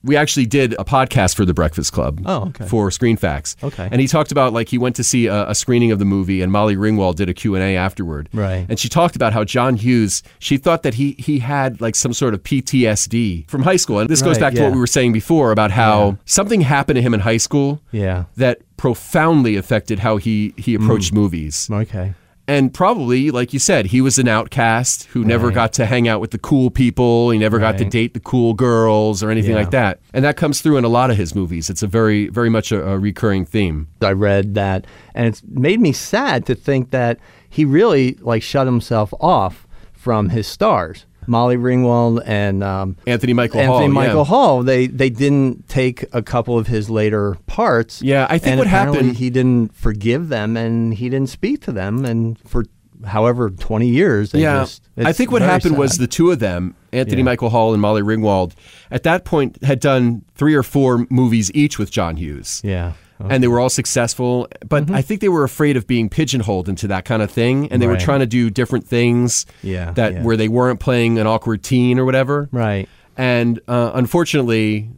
S1: we actually did a podcast for the Breakfast Club.
S2: Oh, okay.
S1: For Screen Facts.
S2: Okay.
S1: And he talked about like he went to see a, a screening of the movie, and Molly Ringwald did a Q and A afterward.
S2: Right.
S1: And she talked about how John Hughes, she thought that he he had like some sort of PTSD from high school, and this goes
S2: Right,
S1: back to
S2: yeah.
S1: what we were saying before about how something happened to him in high school.
S2: Yeah. Mm.
S1: That profoundly affected how he he approached movies.
S2: Okay.
S1: And probably, like you said, he was an outcast who never got to hang out with the cool people. He never got to
S2: Right.
S1: date the cool girls or anything
S2: Yeah.
S1: like that. And that comes through in a lot of his movies. It's a very, very much a, a recurring theme.
S2: I read that, and it's made me sad to think that he really like shut himself off from his stars, Molly Ringwald and um,
S1: Anthony Michael Hall.
S2: Anthony
S1: yeah.
S2: Michael Hall. They they didn't take a couple of his later parts.
S1: Yeah, I think
S2: and
S1: what
S2: apparently
S1: happened-
S2: he didn't forgive them, and he didn't speak to them, and for however twenty years. They
S1: Yeah.
S2: just,
S1: I
S2: it's
S1: think what
S2: very
S1: happened was
S2: sad.
S1: the two of them, Anthony
S2: Yeah.
S1: Michael Hall and Molly Ringwald, at that point had done three or four movies each with John Hughes.
S2: yeah. Mm-hmm.
S1: and they were all successful. But I think they were afraid of being pigeonholed into that kind of thing, and they were
S2: Right.
S1: trying to do different things
S2: Yeah,
S1: that
S2: yeah.
S1: where they weren't playing an awkward teen or whatever.
S2: Right.
S1: And uh, unfortunately,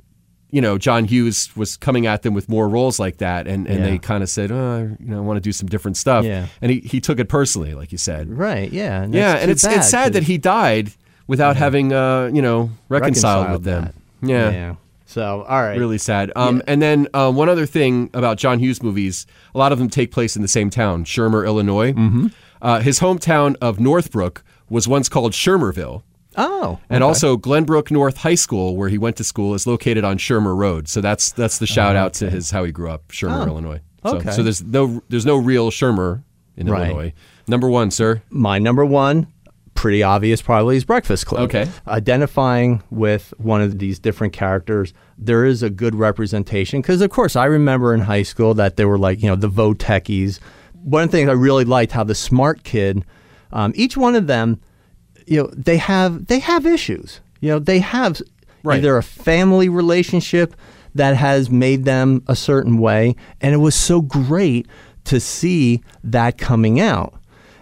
S1: you know, John Hughes was coming at them with more roles like that, and, and
S2: Yeah.
S1: they kind of said, oh, you know, I want to do some different stuff.
S2: Yeah.
S1: And he, he took it personally, like you said.
S2: Right. Yeah. And
S1: Yeah,
S2: that's
S1: and
S2: too
S1: it's it's sad
S2: bad
S1: that
S2: 'cause-
S1: he died without having uh, you know reconciled, with them.
S2: that. So all right.
S1: Really sad. Um, And then uh, one other thing about John Hughes movies, a lot of them take place in the same town, Shermer, Illinois. Mm-hmm. Uh, his hometown of Northbrook was once called Shermerville.
S2: Oh.
S1: And also Glenbrook North High School, where he went to school, is located on Shermer Road. So that's that's the shout out to his how he grew up, Shermer, Illinois. So,
S2: Oh. okay.
S1: so there's no there's no real Shermer in
S2: Right.
S1: Illinois. Number one, sir.
S2: my number one, pretty obvious, probably is Breakfast Club.
S1: Okay.
S2: Identifying with one of these different characters, there is a good representation because, of course, I remember in high school that there were like you know the Votechies. One of the things I really liked how the smart kid, um, each one of them, you know, they have they have issues. You know, they have
S1: Right.
S2: either a family relationship that has made them a certain way, and it was so great to see that coming out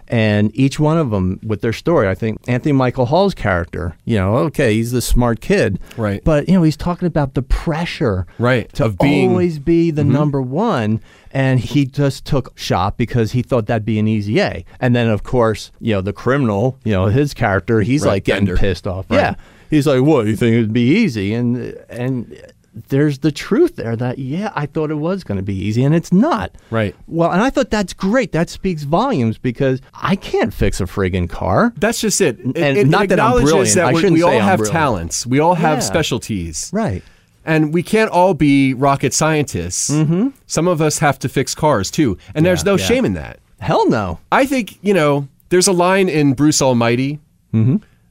S2: and each one of them with their story. I think Anthony Michael Hall's character, you know, okay, he's the smart kid,
S1: Right.
S2: But you know, he's talking about the pressure,
S1: Right,
S2: to
S1: of being-
S2: always be
S1: Mm-hmm.
S2: the number one, and he just took shot because he thought that'd be an easy A. And then, of course, you know, the criminal, you know, his character, he's
S1: Right,
S2: like getting
S1: Bender.
S2: pissed off, yeah. He's like, what you think it'd be easy? And and there's the truth there that yeah, I thought it was going to be easy, and it's not.
S1: Right.
S2: Well, and I thought that's great. That speaks volumes because I can't fix a friggin' car.
S1: That's just it. It,
S2: And
S1: it
S2: not that I'm
S1: acknowledges
S2: brilliant.
S1: that
S2: I
S1: we-
S2: shouldn't
S1: we
S2: say
S1: all
S2: I'm
S1: have
S2: brilliant.
S1: talents. We all have
S2: Yeah.
S1: specialties.
S2: Right.
S1: And we can't all be rocket scientists. Mm-hmm. Some of us have to fix cars too. And there's no
S2: yeah.
S1: shame in that.
S2: Hell no.
S1: I think, you know, there's a line in Bruce Almighty,
S2: Mm-hmm.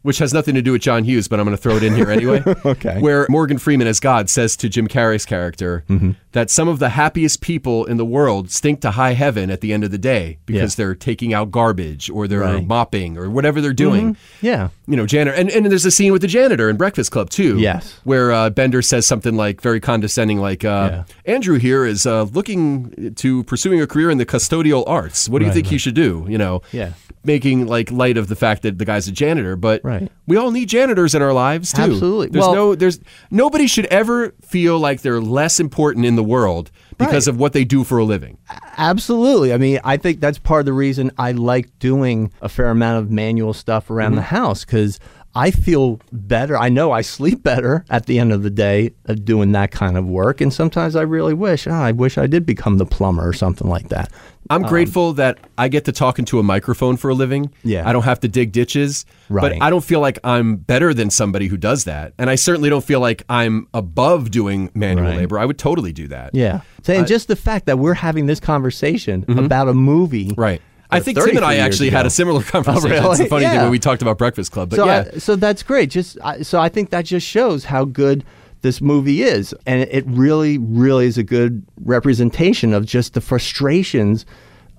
S1: which has nothing to do with John Hughes, but I'm going to throw it in here anyway.
S2: Okay.
S1: Where Morgan Freeman as God says to Jim Carrey's character
S2: Mm-hmm.
S1: that some of the happiest people in the world stink to high heaven at the end of the day because they're taking out garbage or they're
S2: Right. Mm-hmm.
S1: mopping or whatever they're doing
S2: Yeah.
S1: you know, janitor. And, and there's a scene with the janitor in Breakfast Club, too.
S2: Yes.
S1: Where uh, Bender says something like very condescending, like, uh, Andrew here is uh, looking to pursuing a career in the custodial arts. What do you think he should do? You know,
S2: Yeah.
S1: making like light of the fact that the guy's a janitor. But
S2: Right.
S1: we all need janitors in our lives, too.
S2: Absolutely.
S1: There's
S2: Well-
S1: no, there's nobody should ever feel like they're less important in the world because
S2: Right.
S1: of what they do for a living.
S2: Absolutely. I mean, I think that's part of the reason I like doing a fair amount of manual stuff around the
S1: Mm-hmm.
S2: house because I feel better. I know I sleep better at the end of the day of doing that kind of work. And sometimes I really wish, ah, I wish I did become the plumber or something like that. Um,
S1: I'm grateful that I get to talk into a microphone for a living.
S2: Yeah.
S1: I don't have to dig ditches.
S2: Right.
S1: But I don't feel like I'm better than somebody who does that. And I certainly don't feel like I'm above doing manual
S2: Right.
S1: labor. I would totally do that.
S2: Yeah. So, and just the fact that we're having this conversation about a movie.
S1: Mm-hmm. Right. I
S2: Uh,
S1: think Tim and
S2: 33
S1: I
S2: years
S1: actually
S2: ago. Oh,
S1: had a similar conversation.
S2: really?
S1: It's a funny thing
S2: Yeah.
S1: when we talked about Breakfast Club. But
S2: so
S1: yeah.
S2: I, so that's great. Just I, so I think that just shows how good this movie is, and it, it really, really is a good representation of just the frustrations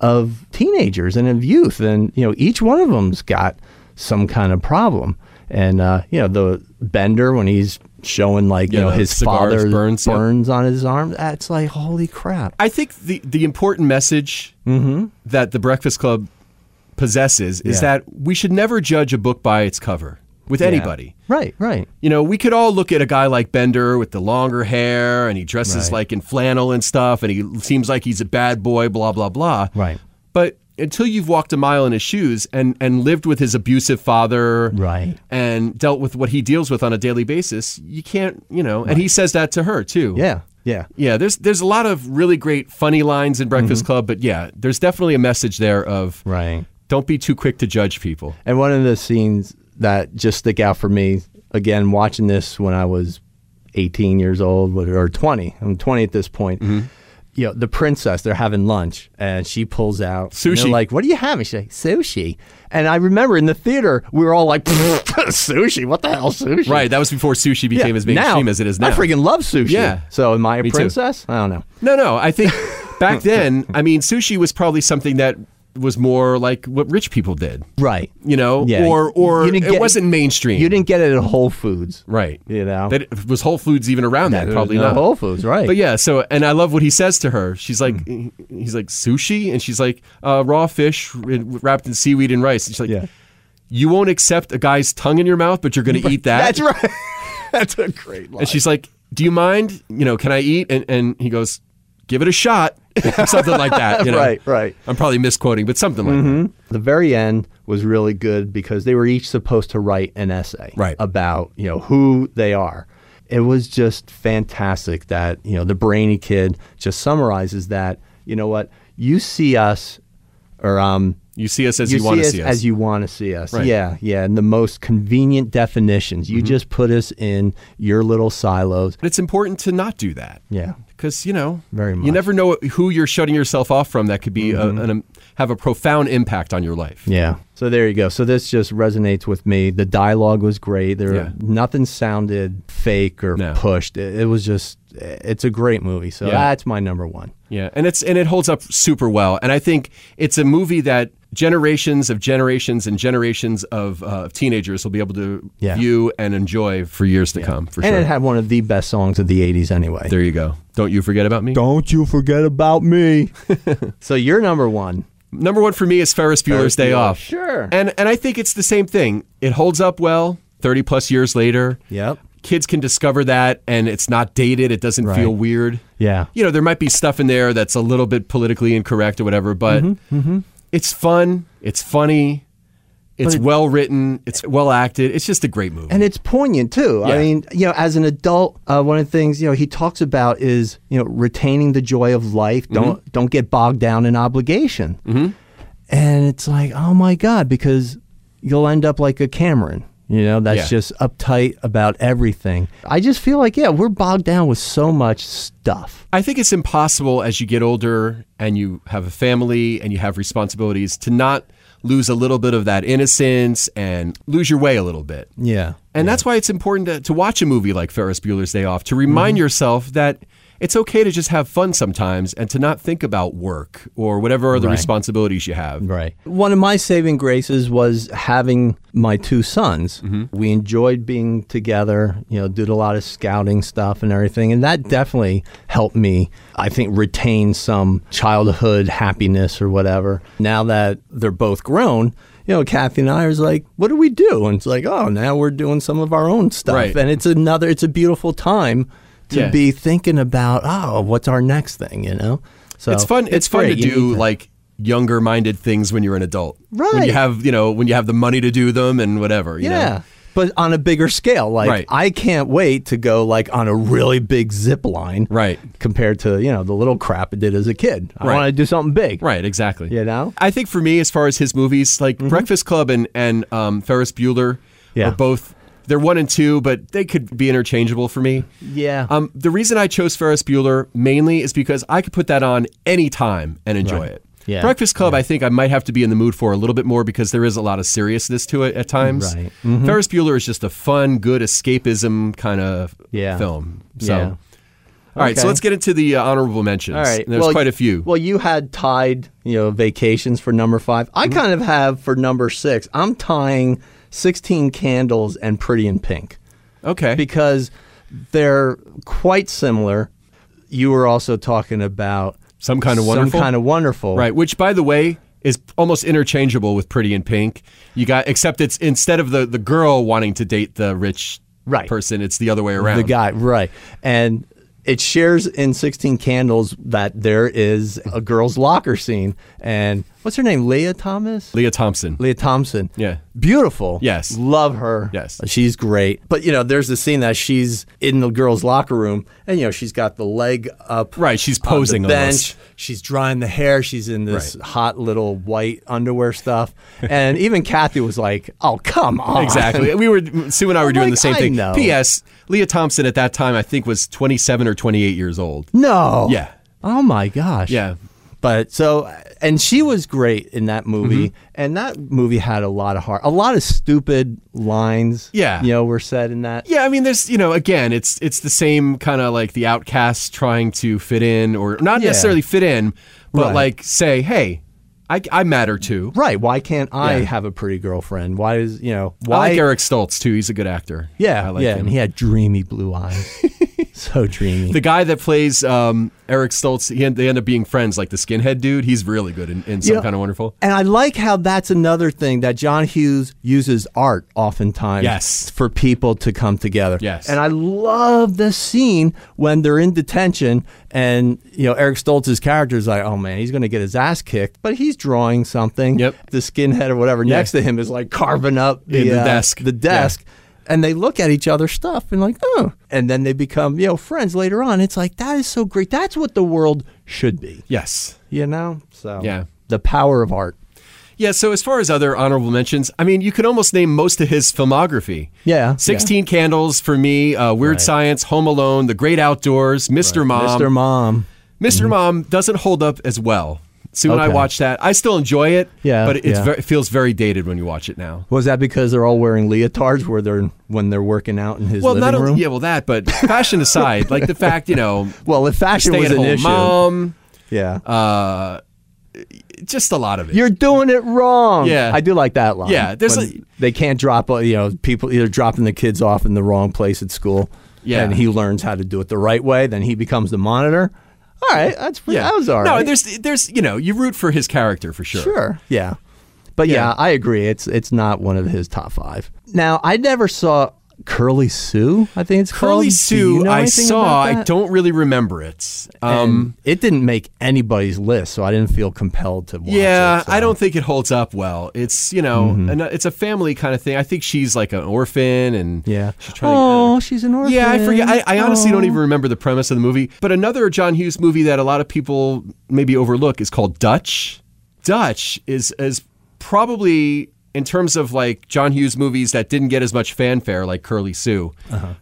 S2: of teenagers and of youth, and you know each one of them's got some kind of problem, and uh, you know the Bender when he's showing like
S1: Yeah,
S2: you know
S1: the
S2: his
S1: cigars,
S2: father
S1: burns, yeah.
S2: burns on his arm. That's like holy crap.
S1: I think the, the important message that the Breakfast Club possesses is
S2: Mm-hmm. Yeah.
S1: that we should never judge a book by its cover. with anybody.
S2: Right, right.
S1: You know, we could all look at a guy like Bender with the longer hair and he dresses like in flannel and stuff and he seems like he's a bad boy, blah, blah, blah.
S2: Right.
S1: But until you've walked a mile in his shoes and, and lived with his abusive father
S2: Right.
S1: and dealt with what he deals with on a daily basis, you can't, you know, and he says that to her too.
S2: Yeah, yeah.
S1: Yeah, there's there's a lot of really great funny lines in Breakfast Club, but yeah, there's definitely a message there of
S2: Mm-hmm. Right.
S1: don't be too quick to judge people.
S2: And one of the scenes that just stick out for me, again, watching this when I was 18 years old what- or 20, I'm 20 at this point.
S1: Mm-hmm.
S2: You know, the princess, they're having lunch and she pulls out and they're
S1: Sushi.
S2: like, what are you having? She's like, sushi. And I remember in the theater, we were all like, sushi, what the hell, sushi?
S1: Right, that was before sushi
S2: Yeah,
S1: became as mainstream
S2: now,
S1: as it is now.
S2: I freaking love sushi.
S1: Yeah.
S2: So am I a
S1: Me too.
S2: princess? I don't know.
S1: No, no. I think back then, I mean, sushi was probably something that was more like what rich people did,
S2: Right.
S1: you know,
S2: Yeah,
S1: or or
S2: you didn't
S1: it
S2: get-
S1: wasn't mainstream.
S2: You didn't get it at Whole Foods.
S1: right?
S2: You know.
S1: that it- was Whole Foods even around that?
S2: There's
S1: Probably
S2: no
S1: not.
S2: Whole Foods, Hmm. right.
S1: But yeah, so and I love what he says to her. She's like, he's like sushi, and she's like uh, raw fish ri- wrapped in seaweed and rice. And she's like,
S2: Yeah.
S1: you won't accept a guy's tongue in your mouth, but you're going to eat that.
S2: That's right. That's a great line.
S1: And she's like, "Do you mind? You know, can I eat?" And and he goes, "Give it a shot," something like that. You know?
S2: Right, right.
S1: I'm probably misquoting, but something like that.
S2: The very end was really good because they were each supposed to write an essay
S1: Right.
S2: about, you know, who they are. It was just fantastic that, you know, the brainy kid just summarizes that, you know what, you see us or um
S1: You see us as
S2: you
S1: you, want
S2: see
S1: to
S2: us
S1: see us.
S2: as you want to see us.
S1: Right. Mm-hmm.
S2: Yeah, yeah, and the most convenient definitions. You just put us in your little silos.
S1: but it's important to not do that.
S2: Yeah.
S1: Because you know,
S2: Very
S1: you
S2: much. Mm-hmm.
S1: never know who you're shutting yourself off from. That could be a- an, um, have a profound impact on your life.
S2: Yeah. So there you go. So this just resonates with me. The dialogue was great. There
S1: Yeah.
S2: nothing sounded fake or
S1: No.
S2: pushed. It, it was just it's a great movie. So
S1: Yeah.
S2: that's my number 1.
S1: Yeah, and it's and it holds up super well. And I think it's a movie that generations of generations and generations of uh, teenagers will be able to
S2: Yeah.
S1: view and enjoy for years to come. For
S2: And
S1: sure.
S2: it had one of the best songs of the 80s anyway.
S1: there you go. Don't you forget about me.
S2: Don't you forget about me. so you're number 1.
S1: Number one for me is Ferris Bueller's
S2: Ferris
S1: Day
S2: Bueller,
S1: Off.
S2: sure.
S1: And and I think it's the same thing. It holds up well. Thirty plus years later.
S2: Yep.
S1: Kids can discover that, and it's not dated. It doesn't
S2: Right.
S1: feel weird.
S2: Yeah.
S1: You know, there might be stuff in there that's a little bit politically incorrect or whatever, but
S2: Mm-hmm.
S1: it's fun. It's funny. It's well written. It's well acted. It's just a great movie.
S2: And it's poignant too. I
S1: Yeah.
S2: mean, you know, as an adult, uh, one of the things you know he talks about is you know retaining the joy of life.
S1: Mm-hmm.
S2: Don't don't get bogged down in obligation. And it's like, oh my god, because you'll end up like a Cameron. You know, that's
S1: Yeah.
S2: just uptight about everything. I just feel like, yeah, we're bogged down with so much stuff.
S1: I think it's impossible as you get older and you have a family and you have responsibilities to not lose a little bit of that innocence and lose your way a little bit.
S2: Yeah. Mm-hmm.
S1: And that's why it's important to, to watch a movie like Ferris Bueller's Day Off to remind yourself that it's okay to just have fun sometimes and to not think about work or whatever other responsibilities you have.
S2: Right. One of my saving graces was having my two sons.
S1: Mm-hmm.
S2: We enjoyed being together, you know, did a lot of scouting stuff and everything. And that definitely helped me, I think, retain some childhood happiness or whatever. Now that they're both grown, you know, Kathy and I are like, what do we do? And it's like, oh, now we're doing some of our own stuff.
S1: Right.
S2: And it's another, it's a beautiful time to
S1: Yeah.
S2: be thinking about, oh, what's our next thing, you know? So
S1: It's fun. It's, fun
S2: great.
S1: to
S2: You
S1: do
S2: need
S1: like younger minded things when you're an adult. When
S2: Right.
S1: you have, you know, when you have the money to do them and whatever. you know?
S2: Yeah. But on a bigger scale, like
S1: Right.
S2: I can't wait to go like on a really big zip line,
S1: Right.
S2: Compared to you know the little crap I did as a kid. I
S1: Right.
S2: want to do something big,
S1: Right, exactly.
S2: You know? Mm-hmm.
S1: I think for me, as far as his movies, like Breakfast Club and and um, Ferris Bueller,
S2: Yeah.
S1: are both they're one and two, but they could be interchangeable for me.
S2: Yeah.
S1: Um, the reason I chose Ferris Bueller mainly is because I could put that on any time and enjoy it.
S2: Yeah.
S1: Breakfast Club, I think I might have to be in the mood for a little bit more because there is a lot of seriousness to it at times. Mm-hmm.
S2: Right. Mm-hmm.
S1: Ferris Bueller is just a fun, good escapism kind of
S2: Yeah.
S1: film. So,
S2: Yeah.
S1: all right, so
S2: Okay.
S1: let's get into the uh, honorable mentions.
S2: All right.
S1: And there's
S2: Well,
S1: quite a few.
S2: Well, you had tied you know vacations for number five. I
S1: Mm-hmm.
S2: kind of have for number six. I'm tying sixteen candles and Pretty in Pink.
S1: okay.
S2: because they're quite similar. You were also talking about
S1: Some Kind of Wonderful?
S2: Some kind of wonderful,
S1: Right, which by the way is almost interchangeable with Pretty in Pink. You got except it's instead of the the girl wanting to date the rich
S2: Right.
S1: person, it's the other way around.
S2: The guy, right. And it shares in 16 Candles that there is a girl's locker scene. And what's her name? Leah Thomas?
S1: Leah Thompson.
S2: Leah Thompson.
S1: Yeah.
S2: Beautiful.
S1: Yes.
S2: Love her.
S1: Yes.
S2: She's great. But, you know, there's the scene that she's in the girls' locker room and, you know, she's got the leg up.
S1: Right, she's
S2: on the
S1: posing almost.
S2: bench. She's drying the hair. She's in this hot little white underwear stuff. and even Kathy was like, oh, come on.
S1: Exactly. We were Sue and I were doing
S2: like,
S1: the same
S2: I
S1: thing.
S2: know.
S1: P.S. Leah Thompson at that time I think was 27 or 28 years old.
S2: No.
S1: Yeah.
S2: Oh my gosh.
S1: Yeah.
S2: But so, and she was great in that movie,
S1: Mm-hmm.
S2: and that movie had a lot of heart, a lot of stupid lines.
S1: Yeah.
S2: you know, were said in that.
S1: Yeah, I mean, there's you know, again, it's it's the same kind of like the outcast trying to fit in, or not
S2: Yeah.
S1: necessarily fit in, but
S2: Right.
S1: like say, hey, I, I matter too.
S2: Right? Why can't I
S1: Yeah.
S2: have a pretty girlfriend? Why is you know why?
S1: I like Eric Stoltz too. He's a good actor.
S2: yeah,
S1: I like
S2: yeah,
S1: him.
S2: and he had dreamy blue eyes, so dreamy.
S1: the guy that plays um, Eric Stoltz, he, end- they end up being friends, like the skinhead dude. He's really good in, in some
S2: Yeah.
S1: kind of wonderful.
S2: And I like how that's another thing that John Hughes uses art oftentimes
S1: Yes.
S2: for people to come together.
S1: Yes.
S2: And I love the scene when they're in detention and you know Eric Stoltz's character is like, oh man, he's gonna get his ass kicked, but he's drawing something.
S1: Yep.
S2: The skinhead or whatever next to him is like carving up the,
S1: In the
S2: uh,
S1: desk.
S2: The desk. And they look at each other's stuff and like, oh. And then they become, you know, friends later on. It's like that is so great. That's what the world should be.
S1: Yes.
S2: You know? So
S1: Yeah.
S2: the power of art.
S1: Yeah, so as far as other honorable mentions, I mean, you could almost name most of his filmography.
S2: Yeah,
S1: 16 Candles for me, uh, Weird Science, Home Alone, The Great Outdoors, Mr. Mom.
S2: Mr. Mom.
S1: Mr. Mom doesn't hold up as well. See, when I
S2: Mm-hmm. Okay.
S1: watched that, I still enjoy it,
S2: Yeah,
S1: but it's
S2: yeah.
S1: ver- it feels very dated when you watch it now.
S2: Was that because they're all wearing leotards where they're when they're working out in his
S1: Well,
S2: living
S1: not
S2: room?
S1: only, yeah, well, that, but fashion aside, like the fact, you know,
S2: Well, if fashion
S1: stay
S2: was
S1: at
S2: an
S1: home
S2: issue,
S1: mom,
S2: yeah,
S1: uh, just a lot of it.
S2: you're doing it wrong.
S1: Yeah.
S2: I do like that line.
S1: Yeah, there's
S2: when
S1: a-
S2: they can't drop uh, you know people either dropping the kids off in the wrong place at school.
S1: Yeah.
S2: and he learns how to do it the right way. Then he becomes the monitor. All right, that's pretty, that was all right.
S1: No, there's, there's, you know, you root for his character for sure.
S2: Sure. Yeah. But yeah.
S1: Yeah.
S2: I agree. It's it's not one of his top five. Now I never saw Curly Sue. I think it's called.
S1: Curly
S2: Um, Do
S1: Sue,
S2: you know
S1: I
S2: anything
S1: saw.
S2: about
S1: I
S2: that?
S1: don't really remember it. Um,
S2: Um, it didn't make anybody's list, so I didn't feel compelled to watch
S1: yeah,
S2: it. so- Mm-hmm.
S1: I don't think it holds up well. It's you know, an, it's a family kind of thing. I think she's like an orphan, and
S2: Yeah.
S1: she's trying.
S2: Oh, she's an orphan.
S1: yeah, I forget. I, I honestly don't
S2: Oh.
S1: even remember the premise of the movie. But another John Hughes movie that a lot of people maybe overlook is called Dutch. Dutch is is probably in terms of like John Hughes movies that didn't get as much fanfare, like Curly Sue,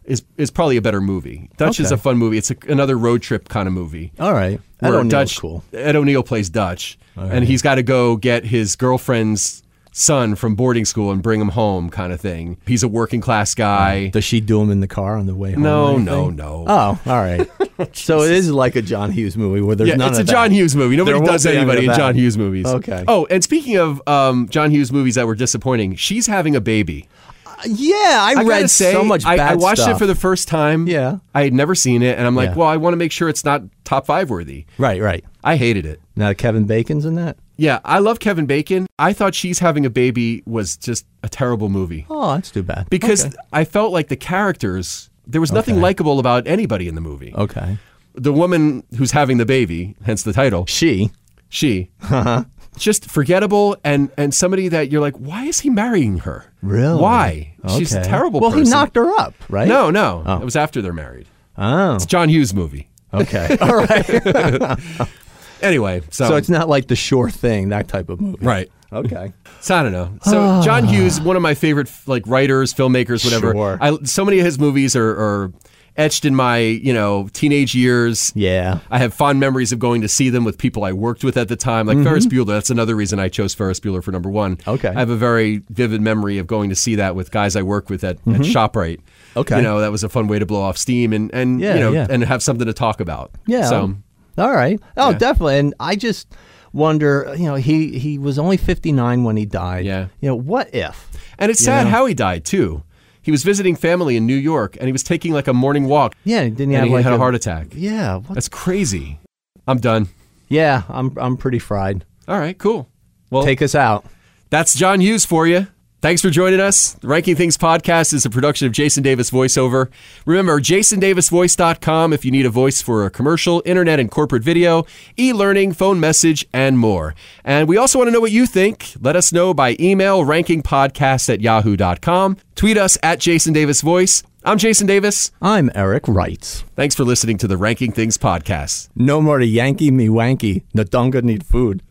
S1: is is probably a better movie. Dutch is
S2: Uh-huh. Okay.
S1: a fun movie. It's a, another road trip kind of movie.
S2: Oh. All right. I
S1: where
S2: don't know.
S1: Dutch,
S2: Cool. Oh,
S1: Ed O'Neill plays Dutch, and he's got to go get his girlfriend's son from boarding school and bring him home, kind of thing. He's a working class guy.
S2: Does she do him in the car on the way home? or
S1: No,
S2: anything?
S1: no, no.
S2: Oh, all right. so it is like a John Hughes movie where there's
S1: yeah,
S2: none
S1: it's a
S2: of that.
S1: John Hughes movie. Nobody
S2: There won't
S1: does
S2: be any of
S1: anybody in
S2: that.
S1: John Hughes movies.
S2: Okay.
S1: Oh, and speaking of um, John Hughes movies that were disappointing, she's having a baby.
S2: Yeah, I,
S1: I gotta
S2: read
S1: say,
S2: so much
S1: I,
S2: bad
S1: I watched
S2: stuff.
S1: it for the first time.
S2: Yeah.
S1: I had never seen it, and I'm like,
S2: Yeah.
S1: well, I want to make sure it's not top five worthy.
S2: right, right.
S1: I hated it.
S2: Now Kevin Bacon's in that.
S1: Yeah, I love Kevin Bacon. I thought She's Having a Baby was just a terrible movie
S2: Oh, that's too bad.
S1: because I felt like the characters, there was nothing likable about anybody in the movie.
S2: okay,
S1: The woman who's having the baby, hence the title,
S2: she.
S1: she,
S2: Uh-huh.
S1: just forgettable and, and somebody that you're like, why is he marrying her?
S2: Really?
S1: Why? She's a
S2: Okay.
S1: terrible
S2: Well,
S1: person.
S2: he knocked her up, right?
S1: No, no. It was after they're married.
S2: Oh,
S1: It's a John Hughes movie.
S2: okay. All right.
S1: Anyway, so,
S2: so it's not like the sure thing, that type of movie.
S1: right.
S2: Okay.
S1: So I don't know.
S2: Ah.
S1: So John Hughes, one of my favorite like writers, filmmakers, whatever.
S2: Sure.
S1: I, so many of his movies are, are etched in my you know teenage years.
S2: Yeah.
S1: I have fond memories of going to see them with people I worked with at the time, like Ferris Bueller. That's another reason I chose Ferris Bueller for number one.
S2: Mm-hmm. Okay.
S1: I have a very vivid memory of going to see that with guys I worked with at, at Shoprite.
S2: Mm-hmm. Okay.
S1: you know that was a fun way to blow off steam and and
S2: Yeah,
S1: you know
S2: yeah.
S1: and have something to talk about.
S2: Yeah.
S1: So
S2: all right. Oh, definitely. And I just wonder, you know, he he was only 59 when he died.
S1: Yeah.
S2: You know, what if?
S1: and it's sad how he died too. He was visiting family in New York and he was taking like a morning walk.
S2: Yeah, didn't
S1: and
S2: he have
S1: he
S2: like
S1: had a heart attack.
S2: Yeah. What?
S1: That's crazy. I'm done.
S2: Yeah, I'm I'm pretty fried.
S1: All right, cool. Well-
S2: take us out.
S1: That's John Hughes for you. Thanks for joining us. The Ranking Things podcast is a production of Jason Davis Voiceover. Remember, jasondavisvoice.com if you need a voice for a commercial, internet and corporate video, e learning, phone message, and more. And we also want to know what you think. Let us know by email rankingpodcast at yahoo.com. Tweet us at Jason Davis Voice. I'm Jason Davis.
S2: I'm Eric Wrights.
S1: Thanks for listening to the Ranking Things podcast.
S2: No more to Yankee me wanky. Nadunga need food.